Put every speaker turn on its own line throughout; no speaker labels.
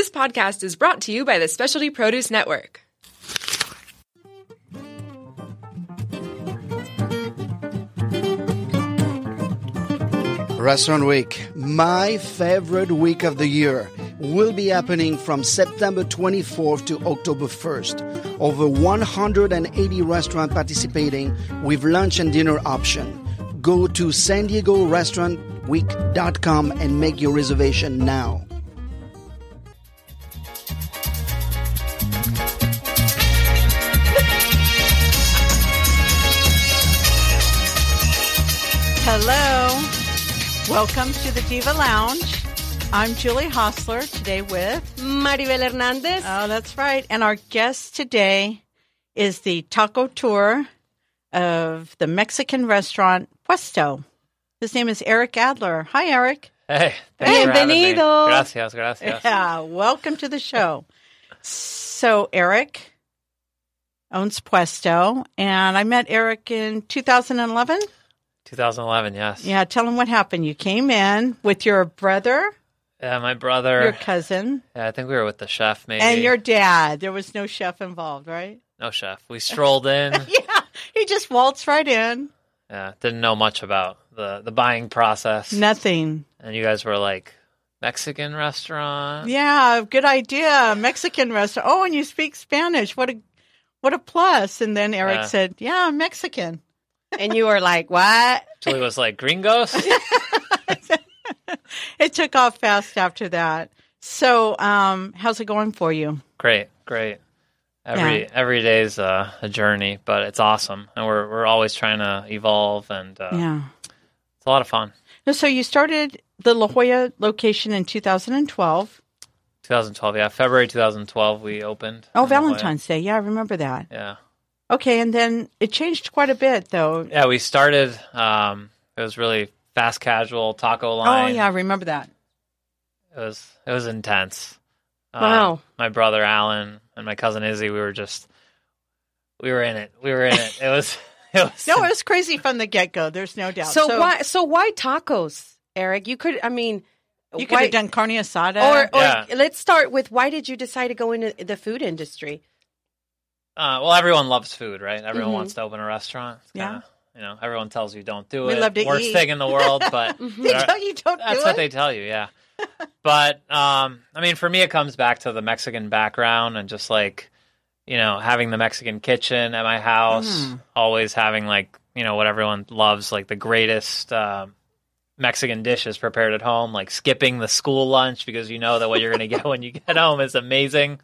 podcast is brought to you by the Specialty Produce Network.
Restaurant Week, my favorite week of the year, will be happening from September 24th to October 1st. Over 180 restaurants participating with lunch and dinner option. Go to san diego restaurant week.com and make your reservation now.
Hello. Welcome to the Diva Lounge. I'm Julie Hostler today with.
Maribel Hernandez.
Oh, that's right. And our guest today is the taco tour of the Mexican restaurant Puesto. His name is Eric Adler. Hi, Eric.
Hey, thanks for having me.
Bienvenido.
Gracias, gracias.
Yeah, welcome to the show. So, Eric owns Puesto, and I met Eric in 2011.
2011, yes.
Yeah, tell him what happened. You came in with your brother,
Yeah, my
your
brother.
cousin,
Yeah, I think we were with the chef, maybe.
and your dad. There was no chef involved, right?
no chef. We strolled in.
Yeah, he just waltzed right in.
yeah, didn't know much about the the buying process.
Nothing.
And you guys were like Mexican restaurant.
Yeah, good idea. Mexican restaurant. Oh, and you speak Spanish. What a what a plus. And then Eric
Yeah.
said, "Yeah, I'm Mexican."
And you were like, what?
Julie was like Gringos.
It took off fast after that. So, um, how's it going for you?
great, great. Every
Yeah.
every day's a, a journey, but it's awesome, and we're we're always trying to evolve, and uh,
Yeah.
it's a lot of fun.
So you started the La Jolla location in 2012.
2012, yeah, February 2012, we opened.
Oh,
in La Jolla.
Valentine's Day. Yeah, I remember that.
Yeah.
Okay, and then it changed quite a bit, though.
Yeah, we started. Um, it was really fast casual taco
Oh,
line.
yeah, I remember that.
it was it was intense. Um,
Wow.
My brother Alan and my cousin Izzy, we were just we were in it. We were in it. It was it was
No, it was crazy from the get go. There's no doubt.
So, why? So why tacos, Eric? You could. I mean,
You could
why-
have done carne asada.
Or, or
Yeah.
let's start with why did you decide to go into the food industry?
uh, well. Everyone loves food, right? Everyone
Mhm.
wants to open a restaurant. It's
Mm-hmm. Yeah.
kinda- You know, everyone tells you don't do
We
it.
love to
Worst
eat.
thing in the world, but,
they
but our-
tell you don't
That's
do
what
it.
they tell you, yeah. but um, I mean, for me, it comes back to the Mexican background and just like you know having the Mexican kitchen at my house,
Hmm.
always having like you know what everyone loves, like the greatest um, Mexican dishes prepared at home, like skipping the school lunch because you know that what you're going to get when you get home is amazing.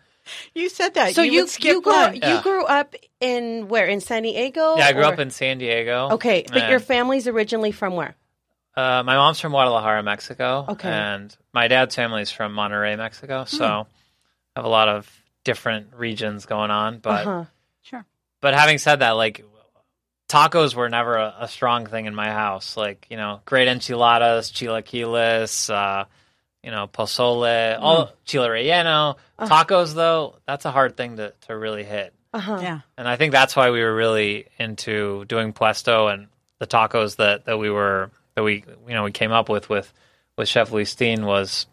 you said that.
So you
would skip
you grew
lunch.
Yeah.
you grew up in where in San Diego?
Yeah, I grew
Oh, or-
up in San Diego.
Okay, but
and-
your family's originally from where?
Uh, my mom's from Guadalajara, Mexico.
Okay. Hmm.
And my dad's family's from Monterey, Mexico. So I have a lot of different regions going on. But
Uh-huh.
Sure.
but having said that, like tacos were never a, a strong thing in my house. Like, you know, great enchiladas, chilaquiles, uh, you know, pozole,
Hmm.
all chile relleno. Tacos though, that's a hard thing to, to really hit.
Uh-huh.
Yeah.
And I think that's why we were really into doing Puesto and the tacos that, that we were that we you know we came up with with with Chef Listin was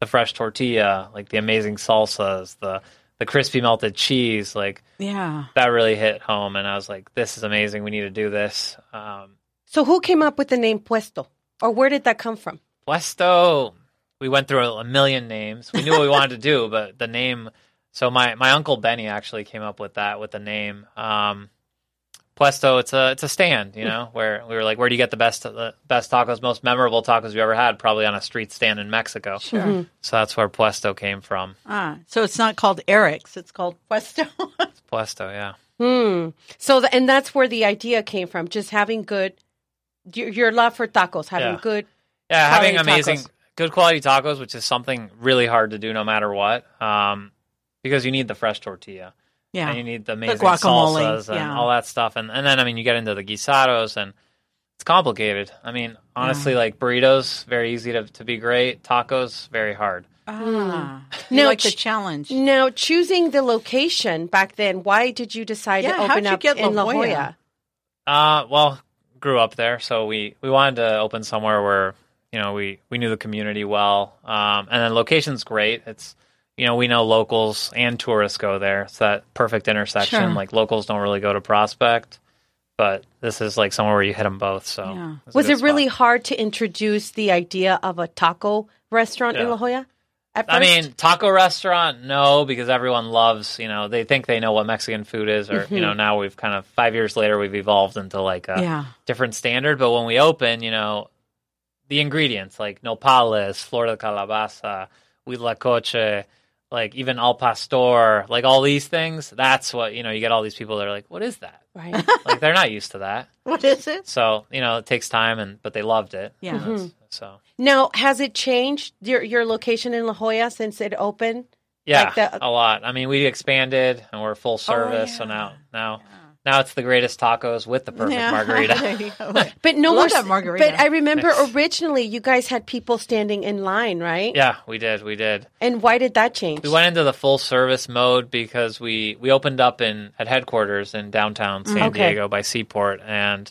the fresh tortilla, like the amazing salsas, the the crispy melted cheese, like
Yeah.
that really hit home. And I was like, this is amazing. We need to do this. Um,
So who came up with the name Puesto, or where did that come from?
Puesto. We went through a million names. We knew what we wanted to do, but the name. So my my uncle Benny actually came up with that with the name. Um, Puesto. It's a it's a stand, you
Hmm.
know, where we were like, where do you get the best the best tacos, most memorable tacos you ever had? Probably on a street stand in Mexico.
Sure.
Mm-hmm.
So that's where Puesto came from.
Ah, so it's not called Eric's. It's called Puesto.
It's Puesto, yeah.
Hmm. So the, and that's where the idea came from. Just having good your, your love for tacos, having
Yeah.
good
Yeah,
Quality
having amazing,
tacos.
good quality tacos, which is something really hard to do no matter what, um, because you need the fresh tortilla and
yeah.
you need the amazing
guacamole,
salsas and
yeah.
all that stuff, and and then I mean you get into the guisados and it's complicated. I mean, honestly, like burritos, very easy to to be great. Tacos, very hard.
Ah. You
Now,
like the
Mm. ch- Mm.
challenge.
Now, choosing the location back then, why did you decide
Yeah,
to
how'd
open
you
up
get
in
La
La
Jolla?
Jolla?
Uh, well, grew up there, so we we wanted to open somewhere where you know we we knew the community well, um, and then location's great. It's you know, we know locals and tourists go there. It's that perfect intersection.
Sure.
Like locals don't really go to Prospect, but this is like somewhere where you hit them both. So
Yeah.
it's a
Was
good
it really
spot.
hard to introduce the idea of a taco restaurant in
Yeah.
La Jolla? At
I
first?
mean, taco restaurant, no, because everyone loves, you know, they think they know what Mexican food is, or, you know, now we've kind of, five years later, we've evolved into like a
Mm-hmm. Yeah.
different standard. But when we open, you know, the ingredients like nopales, flor de calabaza, huitlacoche, like even al pastor, like all these things, that's what, you know, you get all these people that are like, what is that?
right?
Like they're not used to that.
What is it?
So, you know, it takes time, and but they loved it.
Yeah. Mm-hmm.
And that's- So,
now, has it changed your your location in La Jolla since it opened?
Yeah,
Like the-
a
Oh,
lot. I mean, we expanded and we're full service, so now now now it's the greatest tacos with the perfect
Yeah. There
margarita.
you go.
But no
Love
more.
that
s-
margarita.
But I remember
Thanks.
originally you guys had people standing in line, right?
yeah, we did. We did.
And why did that change?
We went into the full service mode because we we opened up in at headquarters in downtown
Mm-hmm.
San
Okay.
Diego by Seaport, and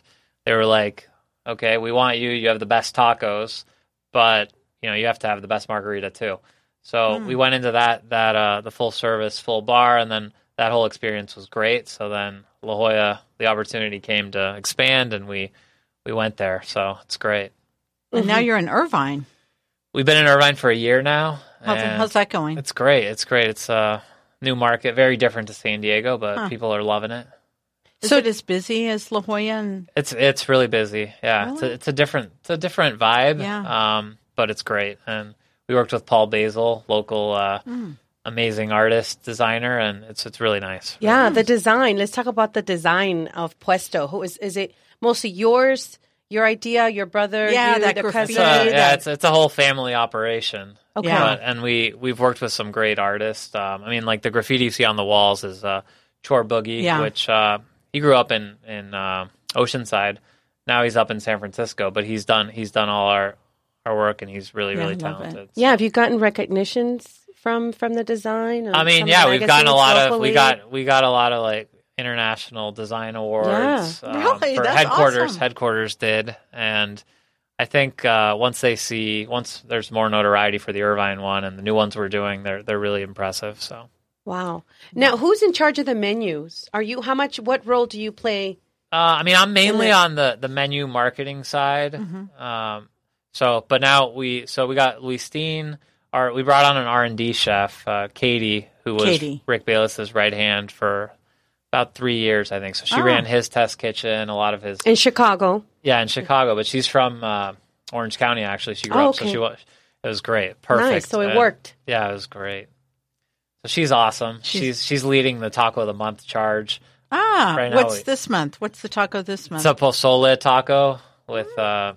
they were like, "Okay, we want you. You have the best tacos, but you know you have to have the best margarita too." So
Hmm.
we went into that that uh, the full service full bar, and then that whole experience was great. So then La Jolla, the opportunity came to expand, and we we went there. So it's great.
And now you're in Irvine.
We've been in Irvine for a year now.
How's,
and-
how's that going?
it's great. It's great. It's a new market, very different to San Diego, but people are loving it.
Is
So-
it as busy as La Jolla? And
It's it's really busy. Yeah, it's, a,
Really?
it's a different it's a different vibe.
Yeah.
Um, but it's great. And we worked with Paul Basil, local uh,
Hmm.
amazing artist designer, and it's it's really nice.
Yeah, the design. Let's talk about the design of Puesto. Who is is it mostly yours, your idea, your brother,
Yeah,
you,
that
the
graffiti,
It's
cousin?
uh, a, yeah,
that-
it's it's a whole family operation.
Okay.
Yeah.
But- and we we've worked with some great artists. Um, I mean, like the graffiti you see on the walls is uh, Chor Boogie,
Yeah.
which uh, he grew up in in uh, Oceanside. Now he's up in San Francisco, but he's done he's done all our our work, and he's really
Yeah,
really
I love it.
talented.
Yeah, have you gotten recognitions from from the design? or
I mean,
some
yeah, we've gotten a
magazines
lot of
locally?
we got we got a lot of like international design awards. um,
Really?
for
That's
headquarters.
awesome.
Headquarters did, and I think uh, once they see once there's more notoriety for the Irvine one and the new ones we're doing, they're they're really impressive. So
Wow. Now, who's in charge of the menus? Are you? How much? What role do you play?
uh, I mean, I'm mainly
And Mm-hmm. the-
on the the menu marketing side. Um, so, but now we so we got Louis Steen. Our, we brought on an R and D chef, uh, Katie, who was
Katie.
Rick Bayless's right hand for about three years, I think. So she
Ah.
Oh.
ran his test kitchen, a lot of his
In Chicago,
Yeah, in Chicago, but she's from uh, Orange County. Actually, she grew
Oh,
up, so
okay.
she was. It was great, perfect.
Nice, so it
And-
worked.
Yeah, it was great. So she's awesome. She's
She's-
she's, leading the taco of the month charge.
ah,
Right now
what's
we-
this month? What's the taco this month?
It's a pozole taco with uh,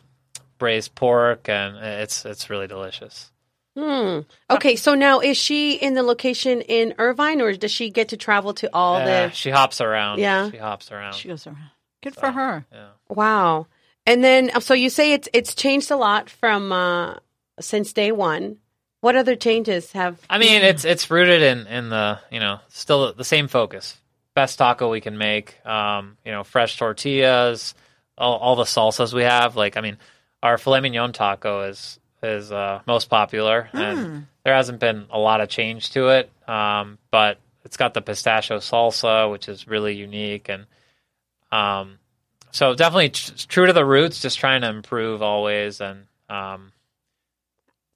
braised pork, and it's it's really delicious. Uh,
Hmm. Okay, so now is she in the location in Irvine, or does she get to travel to all
Yeah,
the?
Uh, she hops around.
Yeah.
she hops around.
she goes around. Good for her.
yeah.
Wow. And then, um, so you say it's it's changed a lot from uh, since day one. What other changes have?
I mean, it's it's rooted in in the you know still the same focus. Best taco we can make. Um, you know, fresh tortillas, all, all the salsas we have. Like, I mean, our filet mignon taco is is uh, most popular, and there hasn't been a lot of change to it. Um, but it's got the pistachio salsa, which is really unique, and um, so definitely tr- true to the roots. Just trying to improve always, and um,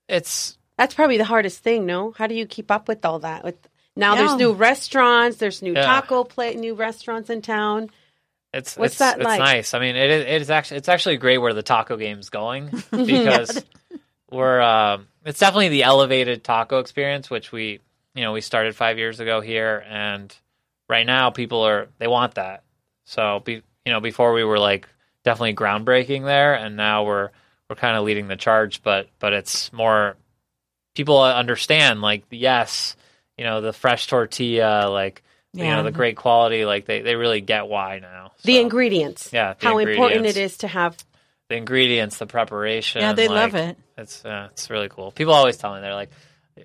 it's
That's probably the hardest thing. No, how do you keep up with all that? With now,
Yeah.
there's new restaurants. There's new
Yeah.
taco plate. New restaurants in town.
It's
What's
it's,
that
it's
like?
nice. I mean, it is it is actually it's actually great where the taco game's going because we're um, it's definitely the elevated taco experience, which we you know we started five years ago here, and right now people are they want that. So be you know before we were like definitely groundbreaking there, and now we're we're kind of leading the charge, but but it's more people understand like yes, you know the fresh tortilla like. You
Yeah.
know the great quality, like they, they really get why now.
The
So-
ingredients.
Yeah, the
how important
ingredients.
it is to have.
the ingredients, the preparation.
Yeah, they
like,
love it.
It's uh, it's really cool. People always tell me they're like,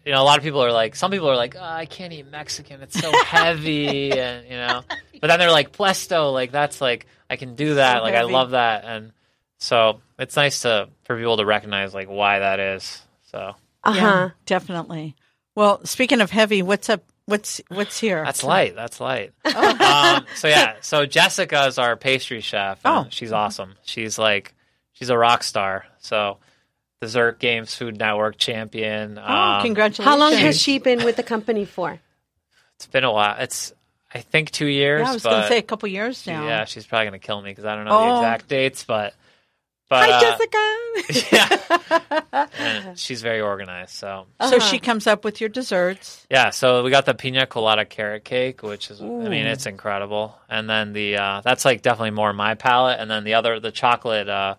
you know, a lot of people are like, some people are like, oh, I can't eat Mexican, it's so heavy, and you know. But then they're like, Plesto, like that's like I can do that, like I
heavy.
love that, and so it's nice to for people to recognize like why that is. So
Uh huh.
definitely. Well, speaking of heavy, what's up? What's what's here?
That's light. That's light. um, so yeah. So Jessica is our pastry chef. and
Oh.
she's awesome. She's like, she's a rock star. So, Dessert Games Food Network champion. Um,
Oh, congratulations!
How long has she been with the company for?
It's been a while. It's I think two years.
Yeah, I was
but
gonna say a couple years
she-
now.
yeah, she's probably gonna kill me because I don't know
Oh.
the exact dates, but but
Hi,
uh,
Jessica.
yeah, And she's very organized. So
So
Uh-huh.
she comes up with your desserts.
yeah, so we got the pina colada carrot cake, which is I mean
Ooh.
it's incredible, and then the uh, that's like definitely more my palate, and then the other the chocolate uh,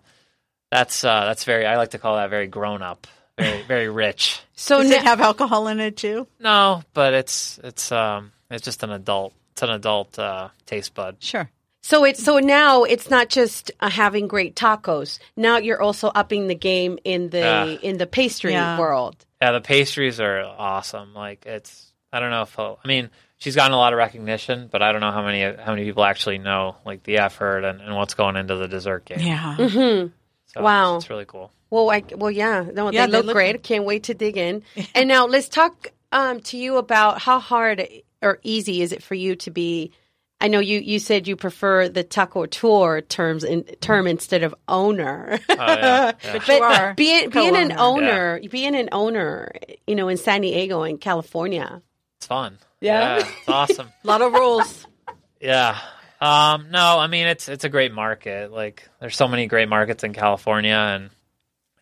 that's uh, that's very I like to call that very grown up, very very rich.
So
Does
now,
it have alcohol in it too?
No, but it's it's um it's just an adult it's an adult uh, taste bud.
Sure.
so it's so now it's not just uh, having great tacos. Now you're also upping the game in the
Ah.
in the pastry
Yeah.
world.
Yeah, the pastries are awesome. Like it's I don't know if I'll- I mean she's gotten a lot of recognition, but I don't know how many how many people actually know like the effort and, and what's going into the dessert game.
Yeah.
hmm
So
Wow.
it's, it's really cool.
Well, I well yeah, no,
Yeah,
they,
they
look,
look-
great. Can't wait to dig in. and now let's talk um, to you about how hard or easy is it for you to be. I know you, you said you prefer the taco tour terms in, term instead of owner.
Oh, yeah,
you
yeah.
are
But uh, being being an
co-owner.
owner, being an owner, you know, in San Diego in California.
It's fun.
Yeah.
it's awesome.
A lot of rules.
Yeah. Um, no, I mean it's it's a great market. Like there's so many great markets in California and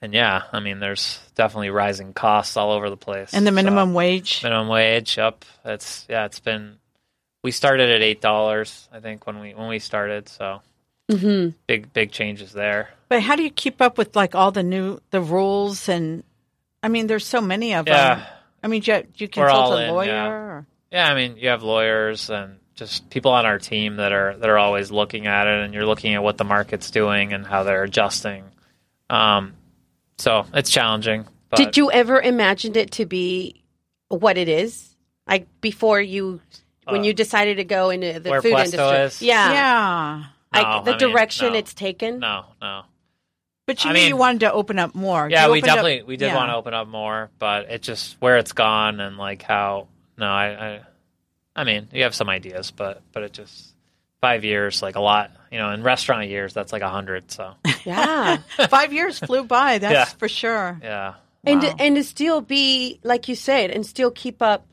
and yeah, I mean there's definitely rising costs all over the place.
And the
So-
minimum wage.
minimum wage up. It's yeah, it's been. We started at eight dollars, I think, when we when we started. So
Mm-hmm.
big big changes there.
But how do you keep up with like all the new the rules and I mean there's so many of
Yeah,
them. I mean, do you, do you
We're
consult
all
a
in,
lawyer?
yeah.
Or,
yeah. I mean, you have lawyers and just people on our team that are that are always looking at it, and you're looking at what the market's doing and how they're adjusting. Um, so it's challenging. But
Did you ever imagine it to be what it is? Like before you, when
Uh,
you decided to go into the
where
food
Puesto
industry,
is?
yeah,
yeah.
like
No,
the
I mean,
direction
no.
it's taken.
No, no.
But you
I
knew you
mean-
wanted to open up more.
Yeah,
You
we
opened up-
definitely we did
yeah.
want to open up more, but it just where it's gone and like how. No, I, I, I mean, you have some ideas, but but it just five years like a lot. You know, in restaurant years, that's like a hundred. So
Yeah,
Five years flew by. That's
Yeah.
for sure.
yeah,
and
Wow.
and to still be like you said, and still keep up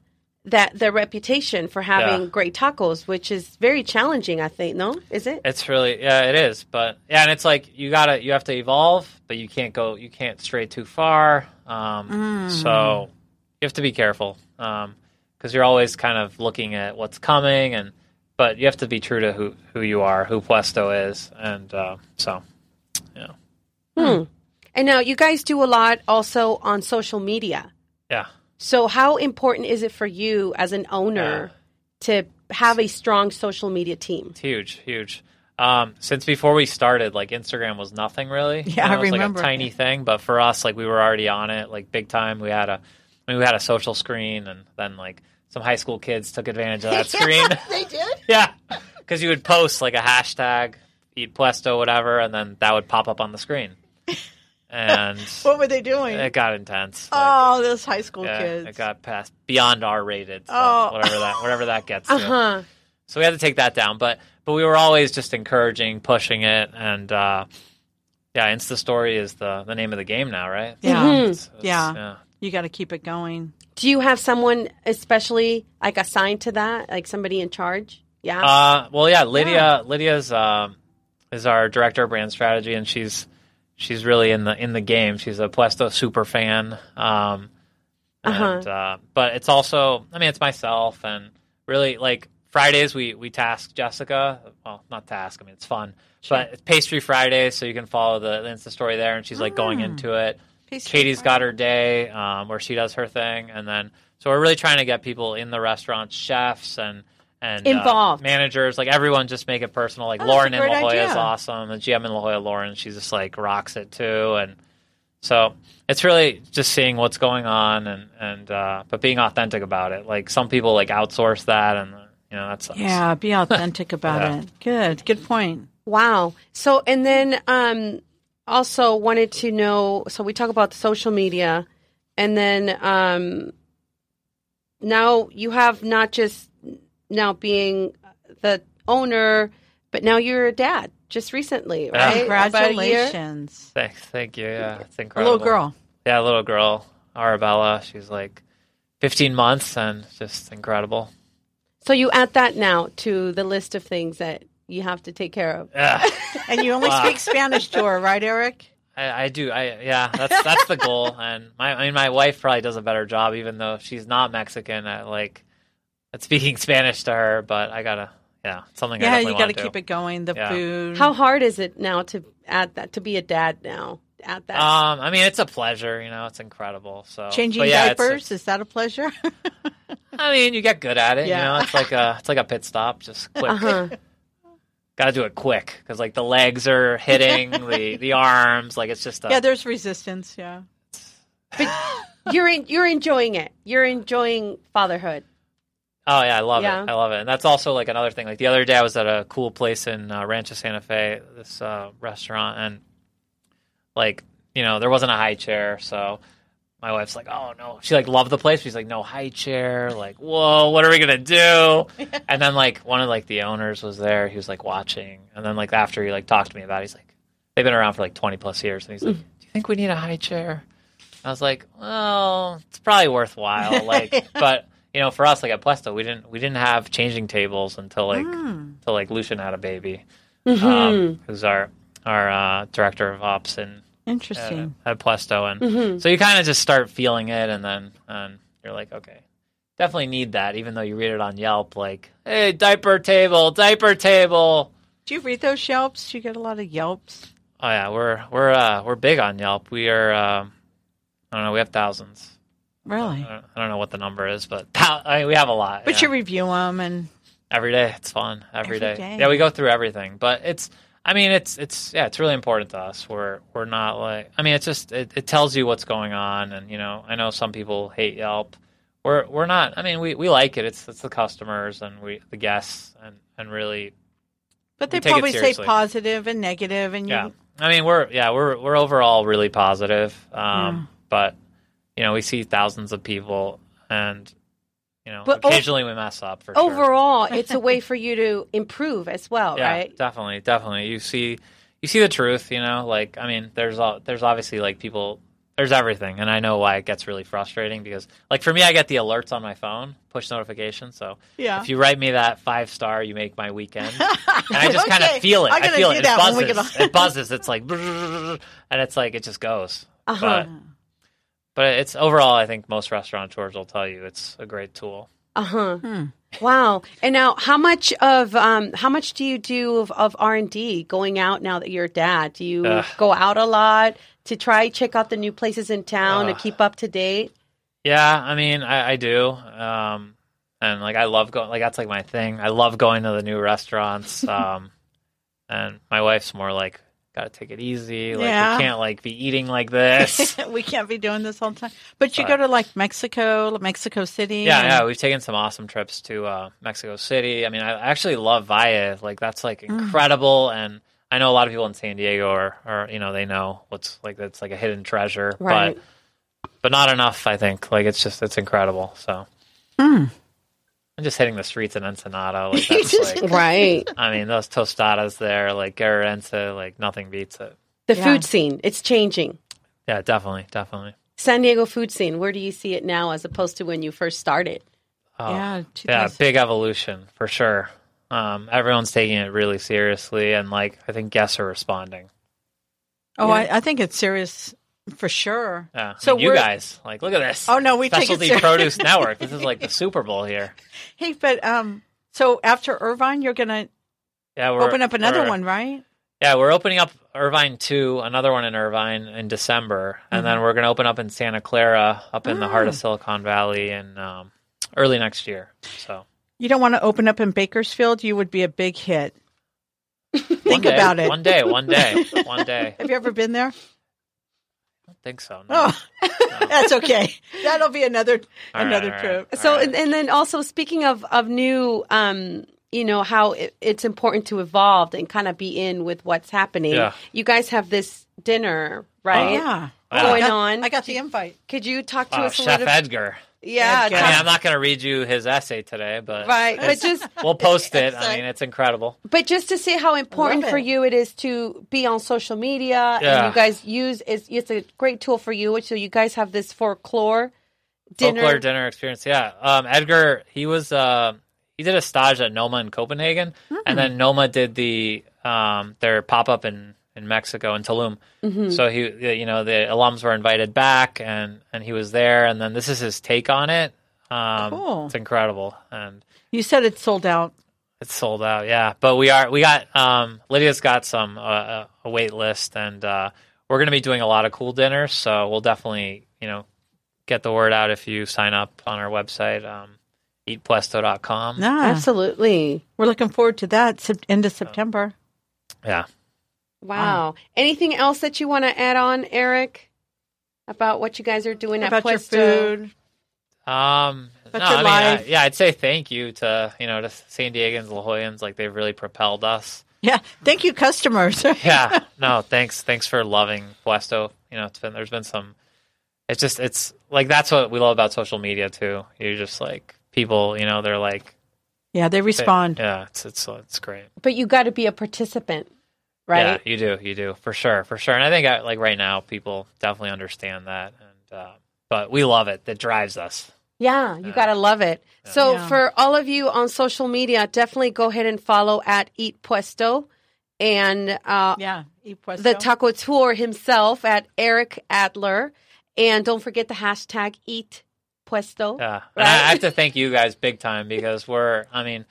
that the reputation for having
Yeah.
great tacos, which is very challenging. I think no, is it?
it's really yeah, it is. But yeah, and it's like you gotta you have to evolve, but you can't go you can't stray too far. Um, So you have to be careful because you're always kind of looking at what's coming and. But you have to be true to who, who you are, who Puesto is, and uh, so
And now you guys do a lot also on social media.
yeah.
So how important is it for you as an owner to have a strong social media team?
It's huge, huge. Um, since before we started, like Instagram was nothing really.
Yeah,
You know,
I
it was
remember.
like a tiny thing, but for us, like we were already on it, like big time. We had a, I mean, we had a social screen, and then like some high school kids took advantage of that screen.
They did.
yeah, because you would post like a hashtag, eat puesto, whatever, and then that would pop up on the screen, and
What were they doing?
it got intense. Like,
oh, those high school
yeah,
kids.
it got past beyond R rated. So
Oh.
whatever that, whatever that gets. to.
Uh huh.
So we had to take that down, but but we were always just encouraging, pushing it, and uh, yeah, Insta Story is the the name of the game now, right?
yeah.
It's- it's-
Yeah. You got to keep it going.
Do you have someone especially like assigned to that, like somebody in charge? Yeah.
Uh, well, yeah, Lydia Lydia's um, is our director of brand strategy, and she's she's really in the in the game. She's a Puesto super fan. Um, and, uh but it's also, I mean, it's myself and really like Fridays we we task Jessica. Well, not task. I mean, it's fun, but it's Pastry Friday, so you can follow the, the Insta story there, and she's like going into it. Katie's got her day um, where she does her thing, and then so we're really trying to get people in the restaurant, chefs and and uh,
Involved.
managers, like everyone, just make it personal. Like
Oh, that's a
Lauren in
great
La Jolla is
idea.
awesome, and GM in La Jolla, Lauren, she just like rocks it too, and so it's really just seeing what's going on and and uh, but being authentic about it. Like some people like outsource that, and you know that's
Yeah, be authentic about
Yeah.
it. Good. Good point.
Wow. So, and then um, also wanted to know. So we talk about social media, and then um, now you have not just now being the owner, but now you're a dad just recently,
Yeah.
right? About a year.
Congratulations.
Thank, thank you. Yeah, it's
A
incredible.
little girl.
Yeah, little girl, Arabella. She's like 15 months and just incredible.
So you add that now to the list of things that you have to take care of.
Yeah,
And you only
Wow.
speak Spanish to her, right, Eric?
I, I do. I yeah, that's that's the goal. And my I mean, my wife probably does a better job, even though she's not Mexican at like at speaking Spanish to her. But I gotta yeah, it's something.
yeah,
I
you
got to
keep it going. The
Yeah.
food.
Mm-hmm.
How hard is it now to add that to be a dad now? Add that.
Um, I mean, it's a pleasure. You know, it's incredible. So
Changing
but yeah, it's a-
diapers, is that a pleasure?
I mean, you get good at it.
Yeah.
You know, it's like a it's like a pit stop, just quick.
uh-huh.
Got to do it quick because like the legs are hitting the the arms. Like it's just a,
yeah, there's resistance. Yeah.
You're in, you're enjoying it. You're enjoying fatherhood.
Oh yeah, I love
Yeah.
it. I love it, and that's also like another thing. Like the other day, I was at a cool place in uh, Rancho Santa Fe, this uh, restaurant, and like you know, there wasn't a high chair, so my wife's like, "Oh no," she like loved the place. but She's like, "No high chair." Like, whoa, what are we gonna do? and then like one of like the owners was there. He was like watching, and then like after he like talked to me about, it, he's like, "They've been around for like twenty plus years," and he's like, "Do you think we need a high chair?" I was like, well, it's probably worthwhile. Like, but you know, for us, like at Puesto, we didn't we didn't have changing tables until like until like Lucian had a baby, um, who's our our uh, director of ops and at,
Interesting.
at Puesto, and so you kind of just start feeling it, and then and you're like, okay, definitely need that, even though you read it on Yelp, like, hey, diaper table, diaper table.
Do you read those Yelps? You get a lot of Yelps.
Oh yeah, we're we're uh, we're big on Yelp. We are, um I don't know, we have thousands.
Really?
I don't- I don't know what the number is, but I mean, we have a lot.
But
yeah.
you review them and
every day, it's fun. every
Every
day.
day.
yeah, we go through everything. But it's, I mean, it's it's yeah, it's really important to us. We're we're not like, I mean, it's just it, it tells you what's going on, and you know, I know some people hate Yelp. We're we're not. I mean, we, we like it. It's it's the customers and we the guests and and really
But
We
they
take it
probably say
seriously.
positive and negative, and you,
yeah. I mean, we're yeah, we're we're overall really positive. Um, but you know, we see thousands of people and. You know,
But o-
occasionally we mess up. For sure.
Overall, it's a way for you to improve as well,
yeah,
right?
Definitely, definitely. You see, you see the truth. You know, like I mean, there's all, there's obviously like people, there's everything, and I know why it gets really frustrating because, like for me, I get the alerts on my phone, push notifications. So
Yeah.
if you write me that five star, you make my weekend. And I just kind
Okay,
of feel it.
I'm
I
gonna
feel
do
it. It
that when we
buzzes.
get on.
it buzzes. It's like, and it's like it just goes.
Uh-huh.
But, but it's overall, I think most restaurateurs will tell you it's a great tool.
Uh huh.
Hmm.
Wow. And now, how much of um, how much do you do of, of R and D going out now that you're a dad? Do you
Ugh.
go out a lot to try check out the new places in town to keep up to date?
Yeah, I mean, I, I do. Um, and like, I love going. Like, that's like my thing. I love going to the new restaurants. Um, and my wife's more like, gotta take it easy. Like,
Yeah.
we can't like be eating like this.
we can't be doing this all the time. But you go to like Mexico, Mexico City.
yeah,
and-
yeah. We've taken some awesome trips to uh, Mexico City. I mean, I actually love Valle. Like, that's like
Mm.
incredible. And I know a lot of people in San Diego are, are you know, they know what's like that's like a hidden treasure,
Right.
but but not enough. I think like it's just it's incredible. So.
Mm.
I'm just hitting the streets in Ensenada. Like that's like
Right.
I mean, those tostadas there, like Garanza, like nothing beats it.
The
Yeah.
food scene, it's changing.
Yeah, definitely, definitely.
San Diego food scene, where do you see it now as opposed to when you first started?
Oh,
Yeah,
yeah,
2000
big evolution for sure. Um, everyone's taking it really seriously, and like I think guests are responding.
Oh, I, I think it's serious for sure.
Yeah,
So
so you
we're-
guys, like, look at this.
Oh, no, we take it
specialty
serious.
produce network. This is like the Super Bowl here.
Hey, but um, so after Irvine, you're gonna
Yeah, we're
open up another
we're-
one, right?
Yeah, we're opening up Irvine 2, another one in Irvine in December. And
Mm-hmm.
then we're going to open up in Santa Clara, up in the heart
Mm.
of Silicon Valley, in um, early next year. So
You don't want to open up in Bakersfield. You would be a big hit.
Think
about it.
One day, one day, one day. I
Have you ever been there?
don't think so. No.
Oh, that's okay. That'll be another
All right,
another
all right.
trip.
So,
right.
and, and then also speaking of of new, um, you know how it, it's important to evolve and kind of be in with what's happening.
Yeah.
You guys have this dinner, right?
Yeah.
Wow.
Going
I got-
on.
I got the invite.
Could you talk to
Wow,
us a
Uh, Chef
little?
Edgar.
Yeah,
Yeah,
I mean,
talk-
I'm not going to read you his essay today, but
right. But just
we'll post it. I mean, it's incredible.
but just to see how important
Love
for
it.
you it is to be on social media
Yeah.
and you guys use it's it's a great tool for you. So you guys have this folklore dinner.
Folklore dinner experience. Yeah. Um, Edgar, he was uh, he did a stage at Noma in Copenhagen,
Hmm.
and then Noma did the um, their pop up in in Mexico in Tulum.
Mm-hmm.
So he, you know, the alums were invited back, and and he was there. And then this is his take on it. Um,
Cool.
It's incredible, and
You said it sold out.
it's sold out. Yeah, but we are we got um, Lydia's got some uh, a wait list, and uh, we're going to be doing a lot of cool dinners. So we'll definitely you know get the word out if you sign up on our website, um, eatpuesto.com.
No,
Absolutely.
We're looking forward to that sep- end
Oh.
of September.
Yeah.
Wow. Anything else that you want to add on, Eric? About what you guys are doing at
About your
Puesto?
food.
Um,
But
no,
your
I mean, I-
life-
yeah, I'd say thank you to you know to San Diegans, La Jollans, like they've really propelled us.
Yeah. Thank you, customers.
yeah no thanks thanks for loving puesto you know it's been there's been some it's just it's like that's what we love about social media too you're just like people you know they're like
yeah, they
they-
respond.
yeah it's it's it's great
But you got to be a participant, right?
yeah you do you do for sure for sure and i think I, like right now people definitely understand that and uh, but we love it that drives us
Yeah, you got to love it. So,
Yeah.
for all of you on social media, definitely go ahead and follow at Eat Puesto and uh,
Yeah. Eat puesto.
the taco tour himself at Eric Adler. And don't forget the hashtag Eat Puesto.
yeah and I, I have
Right.
to thank you guys big time because we're i mean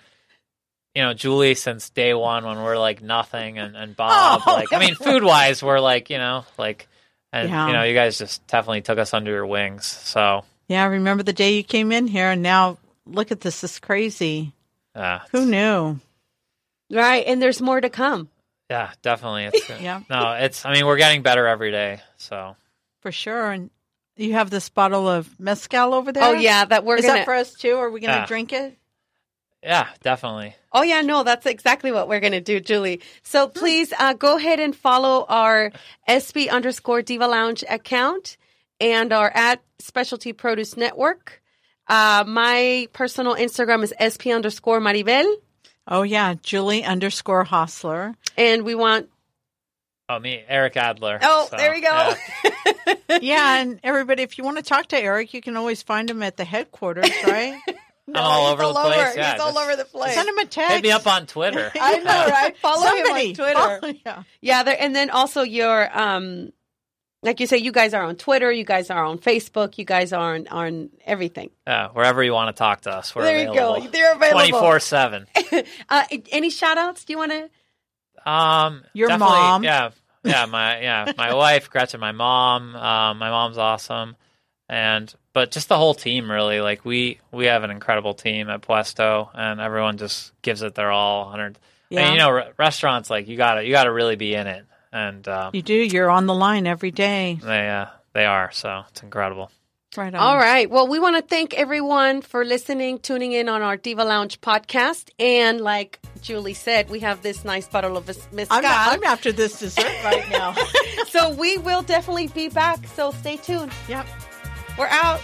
you know julie since day one when we're like nothing and, and bob
Oh,
like i mean food wise we're like you know like and
Yeah.
you know you guys just definitely took us under your wings so
yeah. I Remember the day you came in here and now look at this. This is crazy.
uh,
Who knew?
Right. And there's more to come.
yeah definitely it's
Yeah.
no it's i mean we're getting better every day so
For sure. And you have this bottle of mezcal over there.
Oh, yeah. That we're
Is
going
that for us too? Are we going to
Yeah.
drink it?
yeah definitely
Oh yeah, no, that's exactly what we're gonna do, Julie. So please uh, go ahead and follow our SB underscore Diva Lounge account and our at Specialty Produce Network. Uh, my personal Instagram is SP underscore Maribel,
Oh, yeah. Julie underscore Hostler.
and we want.
oh me eric adler
Oh,
So,
there we go.
yeah.
yeah. And everybody, if you want to talk to Eric, you can always find him at the headquarters, right?
i'm all
he's
over the
all over-
place
he's
yeah,
all
just
over the place.
Send him a text.
hit me up on twitter
I know, right? Follow
Somebody.
him on Twitter.
Follow- yeah.
Yeah, there, and then also your um, like you say, you guys are on Twitter, you guys are on Facebook, you guys are on on everything.
yeah wherever you want to talk to us we're
there you go. They're available.
24 7
Uh, any shout outs? Do you want to?
Um,
Your
definitely-
mom.
Yeah, yeah, my yeah, my wife, Gretchen, my mom. Um, my mom's awesome, and but just the whole team really. Like we we have an incredible team at Puesto, and everyone just gives it their all. Hundred. Yeah.
Yeah.
you know, re- restaurants like you got to you got to really be in it, and um,
You do. You're on the line every day.
they uh, they are. So it's incredible.
Right on.
All right. Well, we want to thank everyone for listening, tuning in on our Diva Lounge podcast. And like Julie said, we have this nice bottle of mes- mezcal.
I'm, I'm after this dessert right now.
so we will definitely be back. So stay tuned.
yep.
We're out.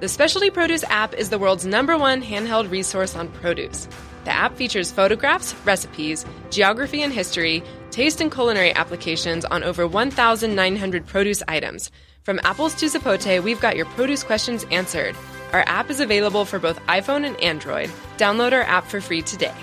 The Specialty Produce app is the world's number one handheld resource on produce. The app features photographs, recipes, geography and history, taste and culinary applications on over 1,900 produce items. From apples to zapote, we've got your produce questions answered. Our app is available for both iPhone and Android. Download our app for free today.